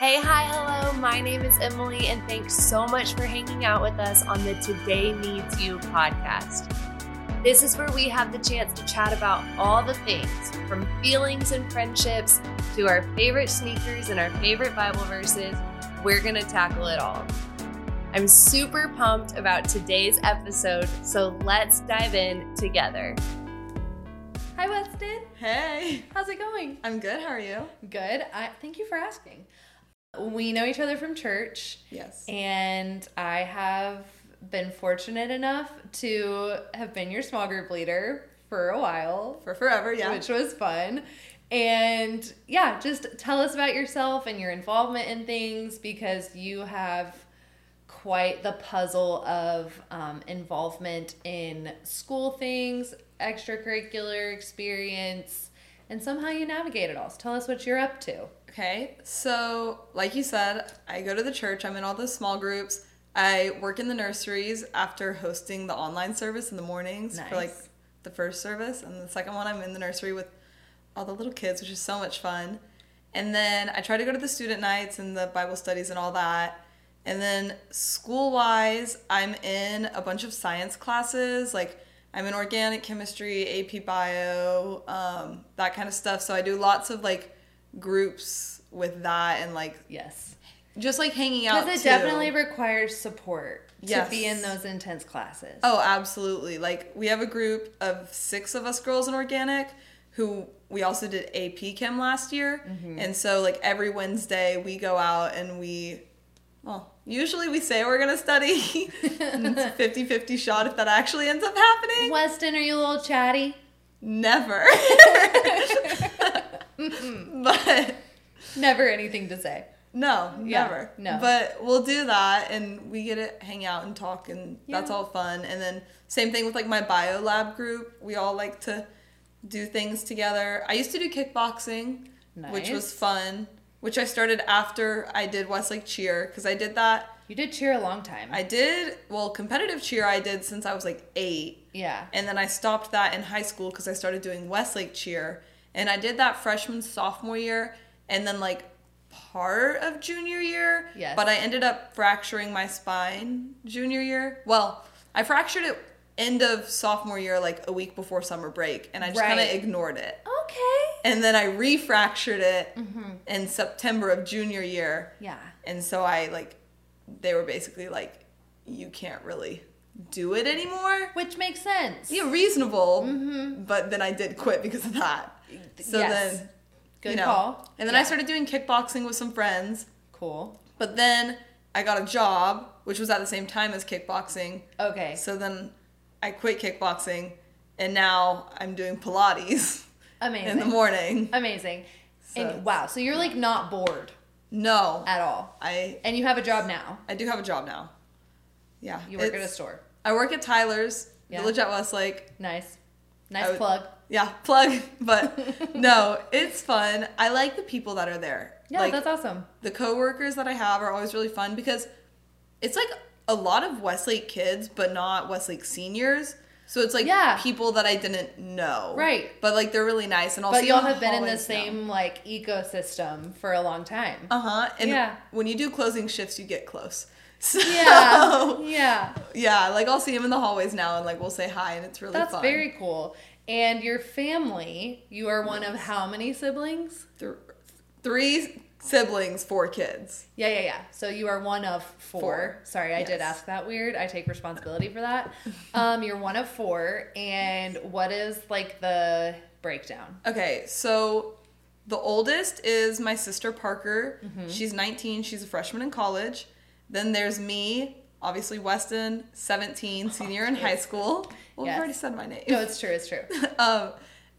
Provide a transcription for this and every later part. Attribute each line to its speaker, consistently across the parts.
Speaker 1: Hey, hi, hello. My name is Emily, and thanks so much for hanging out with us on the Today Needs You podcast. This is where we have the chance to chat about all the things from feelings and friendships to our favorite sneakers and our favorite Bible verses. We're going to tackle it all. I'm super pumped about today's episode, so let's dive in together. Hi, Weston.
Speaker 2: Hey,
Speaker 1: How's it going?
Speaker 2: I'm good. How are you?
Speaker 3: Good. I thank you for asking. We know each other from church,
Speaker 2: Yes.
Speaker 3: and I have been fortunate enough to have been your small group leader for a while,
Speaker 2: For forever, yeah.
Speaker 3: which was fun. And yeah, just tell us about yourself and your involvement in things because you have quite the puzzle of um, involvement in school things, extracurricular experience, and somehow you navigate it all. So tell us what you're up to.
Speaker 2: okay, so like you said, I go to the church. I'm in all those small groups. I work in the nurseries after hosting the online service in the mornings for like
Speaker 3: Nice.
Speaker 2: the first service, and the second one I'm in the nursery with all the little kids, which is so much fun. And then I try to go to the student nights and the Bible studies and all that. And then school wise, I'm in a bunch of science classes. Like I'm in organic chemistry, AP bio, um, that kind of stuff. So I do lots of like groups with that and like
Speaker 3: Yes.
Speaker 2: just like hanging out.
Speaker 3: Because it
Speaker 2: too.
Speaker 3: definitely requires support
Speaker 2: Yes.
Speaker 3: to be in those intense classes.
Speaker 2: Oh, absolutely. Like we have a group of six of us girls in organic who we also did AP Chem last year.
Speaker 3: Mm-hmm.
Speaker 2: And so like every Wednesday we go out and we well, usually we say we're gonna study. and it's a 50-50 shot if that actually ends up happening.
Speaker 3: Weston, are you a little chatty?
Speaker 2: Never. but
Speaker 3: Never anything to say.
Speaker 2: no,
Speaker 3: Yeah,
Speaker 2: never.
Speaker 3: no.
Speaker 2: But we'll do that and we get to hang out and talk and that's
Speaker 3: Yeah.
Speaker 2: all fun. And then same thing with like my bio lab group. We all like to do things together. I used to do kickboxing, which was
Speaker 3: Nice.
Speaker 2: fun, which I started after I did Westlake cheer cuz I did that.
Speaker 3: You did cheer a long time.
Speaker 2: I did well competitive cheer I did since I was like 8.
Speaker 3: yeah.
Speaker 2: And then I stopped that in high school because I started doing Westlake cheer. And I did that freshman, sophomore year, and then like part of junior year.
Speaker 3: Yes.
Speaker 2: But I ended up fracturing my spine junior year. Well, I fractured it end of sophomore year, like a week before summer break, and I just kind of
Speaker 3: Right.
Speaker 2: ignored it.
Speaker 3: Okay.
Speaker 2: And then I refractured it
Speaker 3: Mm-hmm.
Speaker 2: in September of junior year.
Speaker 3: Yeah.
Speaker 2: And so I like, they were basically like, you can't really do it anymore
Speaker 3: Which makes sense.
Speaker 2: yeah, reasonable. But then I did quit because of that. So
Speaker 3: Mm-hmm. Yes.
Speaker 2: then,
Speaker 3: Good
Speaker 2: you know,
Speaker 3: call.
Speaker 2: and then I
Speaker 3: Yeah.
Speaker 2: started doing kickboxing with some friends.
Speaker 3: Cool.
Speaker 2: But then I got a job, which was at the same time as kickboxing.
Speaker 3: Okay.
Speaker 2: So then I quit kickboxing, and now I'm doing Pilates in
Speaker 3: Amazing.
Speaker 2: the morning.
Speaker 3: Amazing.
Speaker 2: So-
Speaker 3: and wow, so you're like not bored
Speaker 2: No,
Speaker 3: at all.
Speaker 2: I
Speaker 3: And you have a job now.
Speaker 2: I do have a job now. Yeah,
Speaker 3: You work at a
Speaker 2: it's-
Speaker 3: store.
Speaker 2: I work at Tyler's
Speaker 3: Yeah.
Speaker 2: Village at Westlake.
Speaker 3: Nice.
Speaker 2: I
Speaker 3: Nice
Speaker 2: would-
Speaker 3: plug.
Speaker 2: Yeah, plug. But no, it's fun. I like the people that are there.
Speaker 3: Yeah,
Speaker 2: like,
Speaker 3: that's awesome.
Speaker 2: the coworkers that I have are always really fun because it's like a lot of Westlake kids, but not Westlake seniors. So it's like
Speaker 3: Yeah.
Speaker 2: people that I didn't know.
Speaker 3: Right.
Speaker 2: But like they're really nice and also
Speaker 3: But y'all have been in the same like ecosystem for a long time.
Speaker 2: Uh huh. And
Speaker 3: Yeah.
Speaker 2: when you do closing shifts, you get close. So,
Speaker 3: Yeah. Yeah.
Speaker 2: yeah, like I'll see him in the hallways now and like we'll say hi and it's really
Speaker 3: That's
Speaker 2: fun.
Speaker 3: very cool. And your family, you are one of how many siblings?
Speaker 2: Th- three siblings, four kids.
Speaker 3: Yeah, yeah, yeah. So you are one of four.
Speaker 2: Four.
Speaker 3: Sorry, I
Speaker 2: Yes.
Speaker 3: did ask that weird. I take responsibility for that. Um, you're one of four. And what is like the breakdown?
Speaker 2: Okay, so the oldest is my sister Parker.
Speaker 3: Mm-hmm.
Speaker 2: She's 19, she's a freshman in college. Then there's me, obviously Weston, 17, senior in high school. Well, I've
Speaker 3: Oh, Yes.
Speaker 2: already said my name.
Speaker 3: No, it's true. It's true.
Speaker 2: um,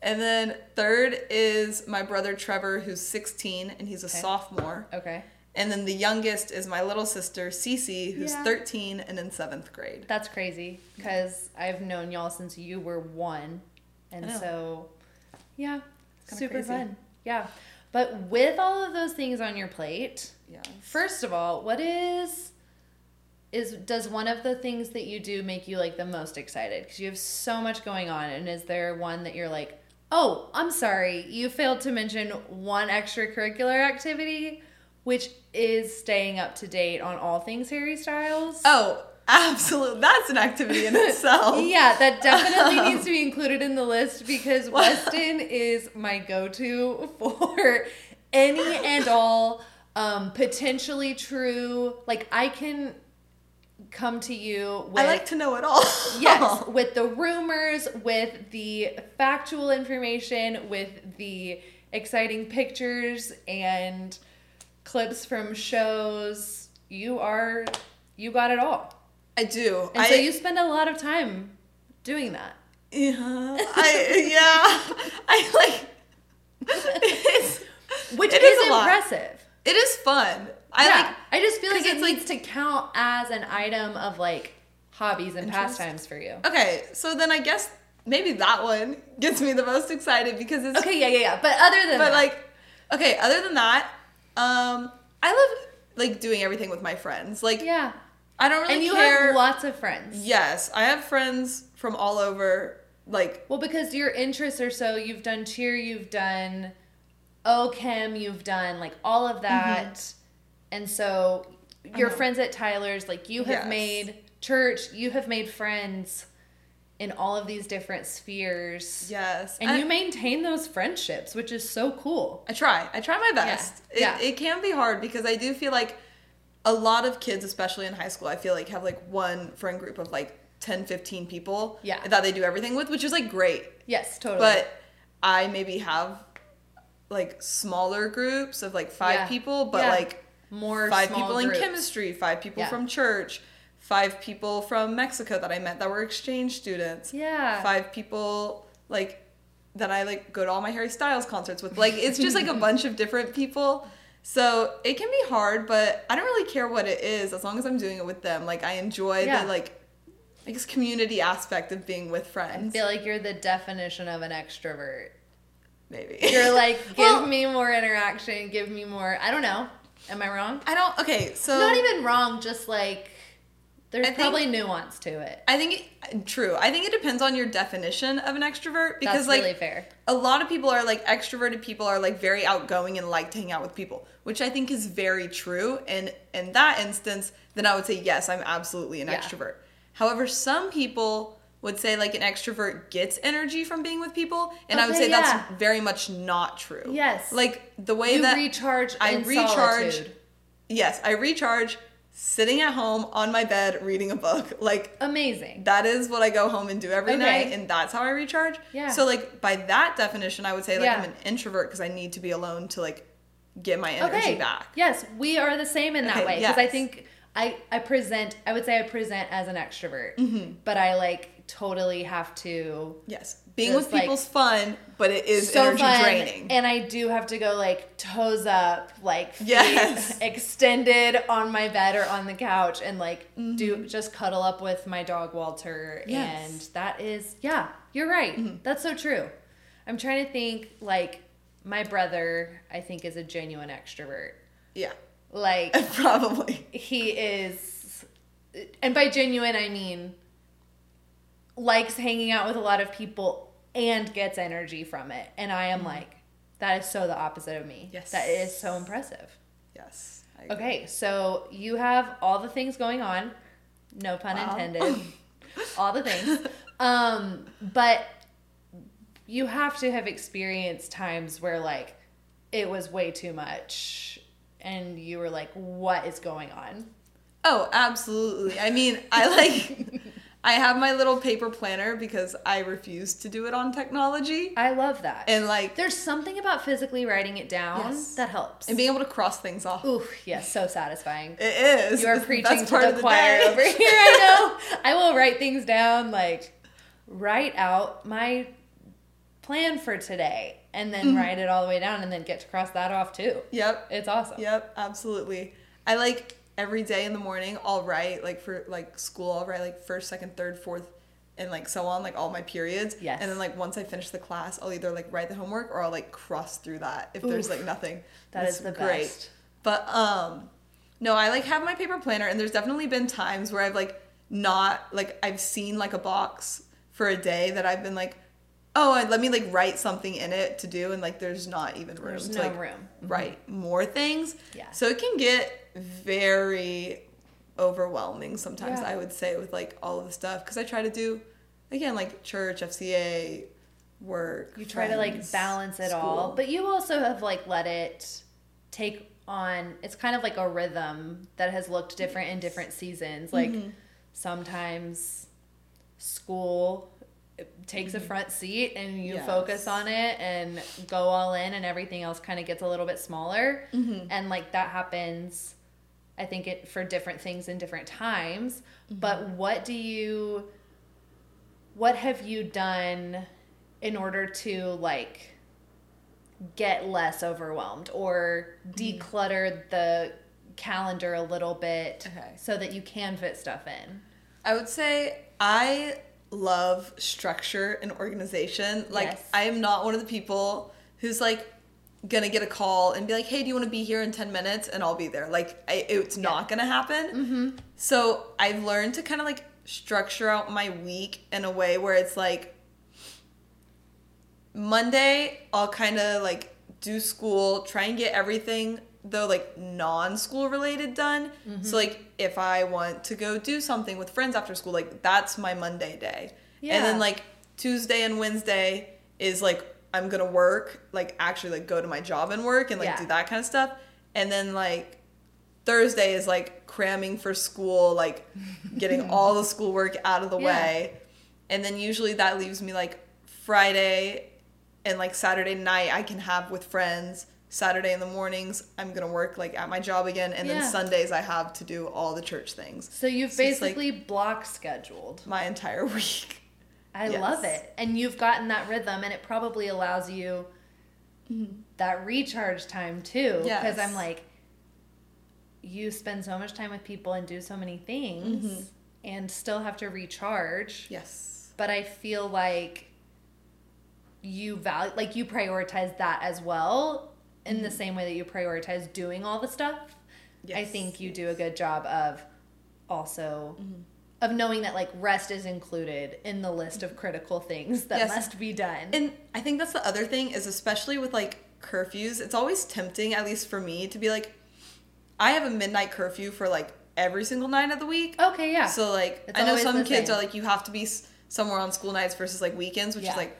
Speaker 2: and then third is my brother Trevor, who's 16, and he's a sophomore.
Speaker 3: Okay.
Speaker 2: And then the youngest is my little sister Cece, who's
Speaker 3: Yeah.
Speaker 2: 13 and in seventh grade.
Speaker 3: That's crazy because I've known y'all since you were one. And
Speaker 2: I know.
Speaker 3: so, yeah,
Speaker 2: kinda
Speaker 3: super
Speaker 2: crazy.
Speaker 3: fun. Yeah. But with all of those things on your plate,
Speaker 2: Yeah.
Speaker 3: first of all, what is is does one of the things that you do make you like the most excited because you have so much going on and is there one that you're like, "Oh, I'm sorry, you failed to mention one extracurricular activity, which is staying up to date on all things Harry Styles.
Speaker 2: Oh, absolutely. That's an activity in itself.
Speaker 3: Yeah, that definitely needs to be included in the list because Weston is my go to for any and all um, potentially true. Like, I can come to you with.
Speaker 2: I like to know it all.
Speaker 3: Yes, with the rumors, with the factual information, with the exciting pictures and clips from shows. You are, you got it all.
Speaker 2: I do.
Speaker 3: And
Speaker 2: I,
Speaker 3: so you spend a lot of time doing that.
Speaker 2: Yeah.
Speaker 3: Uh-huh.
Speaker 2: I yeah. I like it's
Speaker 3: Which
Speaker 2: it
Speaker 3: is,
Speaker 2: a lot.
Speaker 3: impressive.
Speaker 2: It is fun. I
Speaker 3: yeah.
Speaker 2: like
Speaker 3: I just feel like
Speaker 2: 'cause
Speaker 3: it
Speaker 2: it's like-
Speaker 3: needs to count as an item of like hobbies and
Speaker 2: Interest?
Speaker 3: pastimes for you.
Speaker 2: Okay, so then I guess maybe that one gets me the most excited because it's
Speaker 3: Okay, yeah, yeah, yeah. But other than
Speaker 2: but
Speaker 3: that,
Speaker 2: like okay, other than that, um I love like doing everything with my friends. Like
Speaker 3: yeah.
Speaker 2: I don't really
Speaker 3: And you
Speaker 2: care.
Speaker 3: have lots of friends.
Speaker 2: yes, I have friends from all over like
Speaker 3: Well, because your interests are so you've done cheer, you've done O chem, you've done like all
Speaker 2: Mm-hmm.
Speaker 3: of that. And so your friends at Tyler's, like you have
Speaker 2: Yes.
Speaker 3: made church, you have made friends in all of these different spheres.
Speaker 2: yes.
Speaker 3: And
Speaker 2: I,
Speaker 3: you maintain those friendships, which is so cool.
Speaker 2: I try. I try my best. It,
Speaker 3: Yeah.
Speaker 2: it can be hard because I do feel like a lot of kids, especially in high school, I feel like have like one friend group of like 10, 15 people
Speaker 3: Yeah.
Speaker 2: that they do everything with, which is like great.
Speaker 3: Yes, totally.
Speaker 2: But I maybe have like smaller groups of like five
Speaker 3: Yeah.
Speaker 2: people, but
Speaker 3: Yeah.
Speaker 2: like
Speaker 3: more
Speaker 2: five
Speaker 3: small
Speaker 2: people
Speaker 3: groups.
Speaker 2: in chemistry, five people
Speaker 3: Yeah.
Speaker 2: from church, five people from Mexico that I met that were exchange students
Speaker 3: Yeah.
Speaker 2: five people like that I like go to all my Harry Styles concerts with. Like it's just like a bunch of different people. So it can be hard, but I don't really care what it is as long as I'm doing it with them. Like I enjoy
Speaker 3: Yeah.
Speaker 2: the like I guess community aspect of being with
Speaker 3: I
Speaker 2: friends.
Speaker 3: feel like you're the definition of an extrovert.
Speaker 2: Maybe.
Speaker 3: You're like, give
Speaker 2: Well-
Speaker 3: me more interaction, give me more. I don't know. Am I wrong?
Speaker 2: I don't okay, so
Speaker 3: Not even wrong, just like there's
Speaker 2: I think-
Speaker 3: probably nuance to it.
Speaker 2: I think it, true. I think it depends on your definition of an extrovert because
Speaker 3: That's
Speaker 2: like
Speaker 3: really fair.
Speaker 2: a lot of people are like extroverted people are like very outgoing and like to hang out with people which i think is very true and in that instance then i would say yes i'm absolutely an
Speaker 3: Yeah.
Speaker 2: extrovert however some people would say like an extrovert gets energy from being with people and i would
Speaker 3: Okay,
Speaker 2: say
Speaker 3: yeah.
Speaker 2: that's very much not true
Speaker 3: Yes.
Speaker 2: like the way
Speaker 3: You
Speaker 2: that
Speaker 3: recharge
Speaker 2: I
Speaker 3: in
Speaker 2: recharge-
Speaker 3: solitude.
Speaker 2: yes i recharge sitting at home on my bed reading a book like
Speaker 3: Amazing.
Speaker 2: that is what I go home and do every
Speaker 3: Okay.
Speaker 2: night, and that's how I recharge.
Speaker 3: Yeah.
Speaker 2: So like by that definition, I would say like
Speaker 3: Yeah.
Speaker 2: I'm an introvert because I need to be alone to like get my energy
Speaker 3: okay.
Speaker 2: back.
Speaker 3: Yes, we are the same in that
Speaker 2: Okay,
Speaker 3: way because I
Speaker 2: yes.
Speaker 3: think I I present. I would say I present as an extrovert,
Speaker 2: Mm-hmm.
Speaker 3: but I like totally have to
Speaker 2: Yes, being
Speaker 3: Just,
Speaker 2: with
Speaker 3: like,
Speaker 2: people's fun, but it is energy draining.
Speaker 3: And I do have to go like toes up, like feet
Speaker 2: Yes.
Speaker 3: extended on my bed or on the couch and like do just cuddle up with my dog Walter.
Speaker 2: Mm-hmm. Yes. Mm-hmm.
Speaker 3: And that is yeah, you're right. That's so true. I'm trying to think like my brother, I think, is a genuine extrovert.
Speaker 2: yeah,
Speaker 3: Like
Speaker 2: probably.
Speaker 3: he is and by genuine I mean likes hanging out with a lot of people and gets energy from it. And I am like, that is so the opposite of me.
Speaker 2: Mm-hmm. Yes.
Speaker 3: That is so impressive.
Speaker 2: Yes. I agree.
Speaker 3: Okay, so you have all the things going on. No pun
Speaker 2: Wow.
Speaker 3: intended. all the things. Um, but you have to have experienced times where like it was way too much and you were like, what is going on?
Speaker 2: Oh, absolutely. I mean, I like. I have my little paper planner because I refuse to do it on technology,
Speaker 3: I love that.
Speaker 2: and like
Speaker 3: There's something about physically writing it down
Speaker 2: Yes.
Speaker 3: that helps.
Speaker 2: and being able to cross things off.
Speaker 3: Ooh, yes, so satisfying.
Speaker 2: It is.
Speaker 3: You are
Speaker 2: It's the
Speaker 3: preaching
Speaker 2: best
Speaker 3: to
Speaker 2: part
Speaker 3: the,
Speaker 2: of
Speaker 3: choir
Speaker 2: day.
Speaker 3: over here. I know. I will write things down, like write out my plan for today, and
Speaker 2: Mm-hmm.
Speaker 3: then write it all the way down, and then get to cross that off too.
Speaker 2: Yep.
Speaker 3: It's awesome.
Speaker 2: Yep, absolutely. I like every day in the morning, I'll write like for like school, I'll write like first, second, third, fourth, and like so on, like all my periods.
Speaker 3: Yes.
Speaker 2: And then like once I finish the class, I'll either like write the homework or I'll like cross through that if there's like nothing.
Speaker 3: That
Speaker 2: It's
Speaker 3: is the best.
Speaker 2: But um no, I like have my paper planner and there's definitely been times where I've like not like I've seen like a box for a day that I've been like oh, and let me like write something in it to do, and like there's not even room.
Speaker 3: There's
Speaker 2: to,
Speaker 3: no
Speaker 2: like,
Speaker 3: room.
Speaker 2: Write more things.
Speaker 3: Yeah.
Speaker 2: So it can get very overwhelming sometimes.
Speaker 3: Yeah.
Speaker 2: I would say with like all of the stuff because I try to do, again, like church, FCA, work.
Speaker 3: you try to like
Speaker 2: friends,
Speaker 3: balance it all
Speaker 2: school.
Speaker 3: but you also have like let it take on it's kind of like a rhythm that has looked different in different seasons like
Speaker 2: Mm-hmm.
Speaker 3: sometimes school takes a front seat and you
Speaker 2: Mm-hmm. Yes.
Speaker 3: focus on it and go all in and everything else kind of gets a little bit smaller
Speaker 2: Mm-hmm.
Speaker 3: and like that happens i think it for different things in different times
Speaker 2: Mm-hmm.
Speaker 3: but what do you what have you done in order to like get less overwhelmed or declutter the calendar a little bit
Speaker 2: Okay.
Speaker 3: so that you can fit stuff in
Speaker 2: I would say I love structure and organization. Like
Speaker 3: Yes.
Speaker 2: I am not one of the people who's like gonna get a call and be like, "Hey, do you want to be here in ten minutes?" and I'll be there. Like I, it's not gonna happen.
Speaker 3: Mm-hmm.
Speaker 2: So I've learned to kind of like structure out my week in a way where it's like Monday, I'll kind of like do school, try and get everything though like non-school related done.
Speaker 3: Mm-hmm.
Speaker 2: So like if I want to go do something with friends after school, like that's my Monday day. And
Speaker 3: Yeah.
Speaker 2: then like Tuesday and Wednesday is like I'm going to work, like actually like go to my job and work and like
Speaker 3: Yeah.
Speaker 2: do that kind of stuff. And then like Thursday is like cramming for school, like getting all the schoolwork out of the
Speaker 3: Yeah.
Speaker 2: way. And then usually that leaves me like Friday and like Saturday night I can have with friends. Saturday in the mornings I'm gonna work like at my job again, and
Speaker 3: Yeah.
Speaker 2: then Sundays I have to do all the church things.
Speaker 3: so you've
Speaker 2: So it's like-
Speaker 3: basically block scheduled
Speaker 2: My entire week.
Speaker 3: I
Speaker 2: Yes.
Speaker 3: love it. And you've gotten that rhythm, and it probably allows you that recharge time too.
Speaker 2: Yes.
Speaker 3: Because I'm like, you spend so much time with people and do so many things and still have to recharge.
Speaker 2: Yes.
Speaker 3: But I feel like you value, like you prioritize that as well in the same way that you prioritize doing all the stuff. I
Speaker 2: Mm-hmm. Yes.
Speaker 3: think you do a good job of also
Speaker 2: Mm-hmm.
Speaker 3: of knowing that like rest is included in the list of critical things that
Speaker 2: Yes.
Speaker 3: must be done.
Speaker 2: And I think that's the other thing is especially with like curfews, it's always tempting, at least for me, to be like, I have a midnight curfew for like every single night of the week.
Speaker 3: okay, yeah.
Speaker 2: So like
Speaker 3: It's
Speaker 2: I know
Speaker 3: always
Speaker 2: some
Speaker 3: the
Speaker 2: kids
Speaker 3: same.
Speaker 2: are like you have to be s- somewhere on school nights versus like weekends, which
Speaker 3: Yeah.
Speaker 2: is like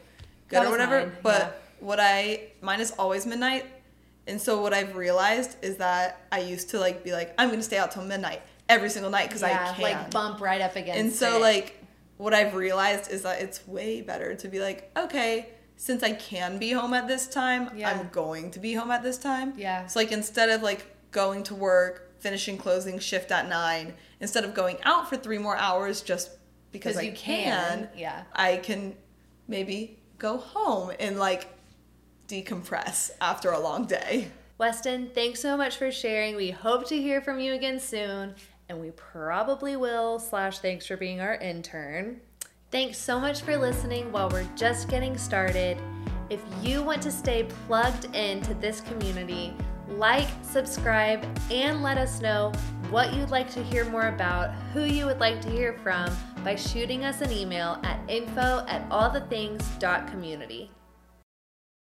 Speaker 2: good
Speaker 3: That
Speaker 2: or
Speaker 3: was
Speaker 2: whatever.
Speaker 3: mine,
Speaker 2: But
Speaker 3: yeah.
Speaker 2: what I mine is always midnight, and so what I've realized is that I used to like be like I'm gonna stay out till midnight every single night because I
Speaker 3: yeah,
Speaker 2: can.
Speaker 3: like bump right up against
Speaker 2: and so
Speaker 3: it.
Speaker 2: like what I've realized is that it's way better to be like okay. Since I can be home at this time,
Speaker 3: Yeah.
Speaker 2: I'm going to be home at this time.
Speaker 3: Yeah.
Speaker 2: So like instead of like going to work, finishing closing shift at nine, instead of going out for three more hours just because I
Speaker 3: you
Speaker 2: can,
Speaker 3: can, yeah.
Speaker 2: I can maybe go home and like decompress after a long day.
Speaker 3: Weston, thanks so much for sharing. We hope to hear from you again soon, and we probably will. Slash, thanks for being our intern.
Speaker 1: Thanks so much for listening while we're just getting started. If you want to stay plugged into this community, like, subscribe, and let us know what you'd like to hear more about, who you would like to hear from, by shooting us an email at info at allthethings.community.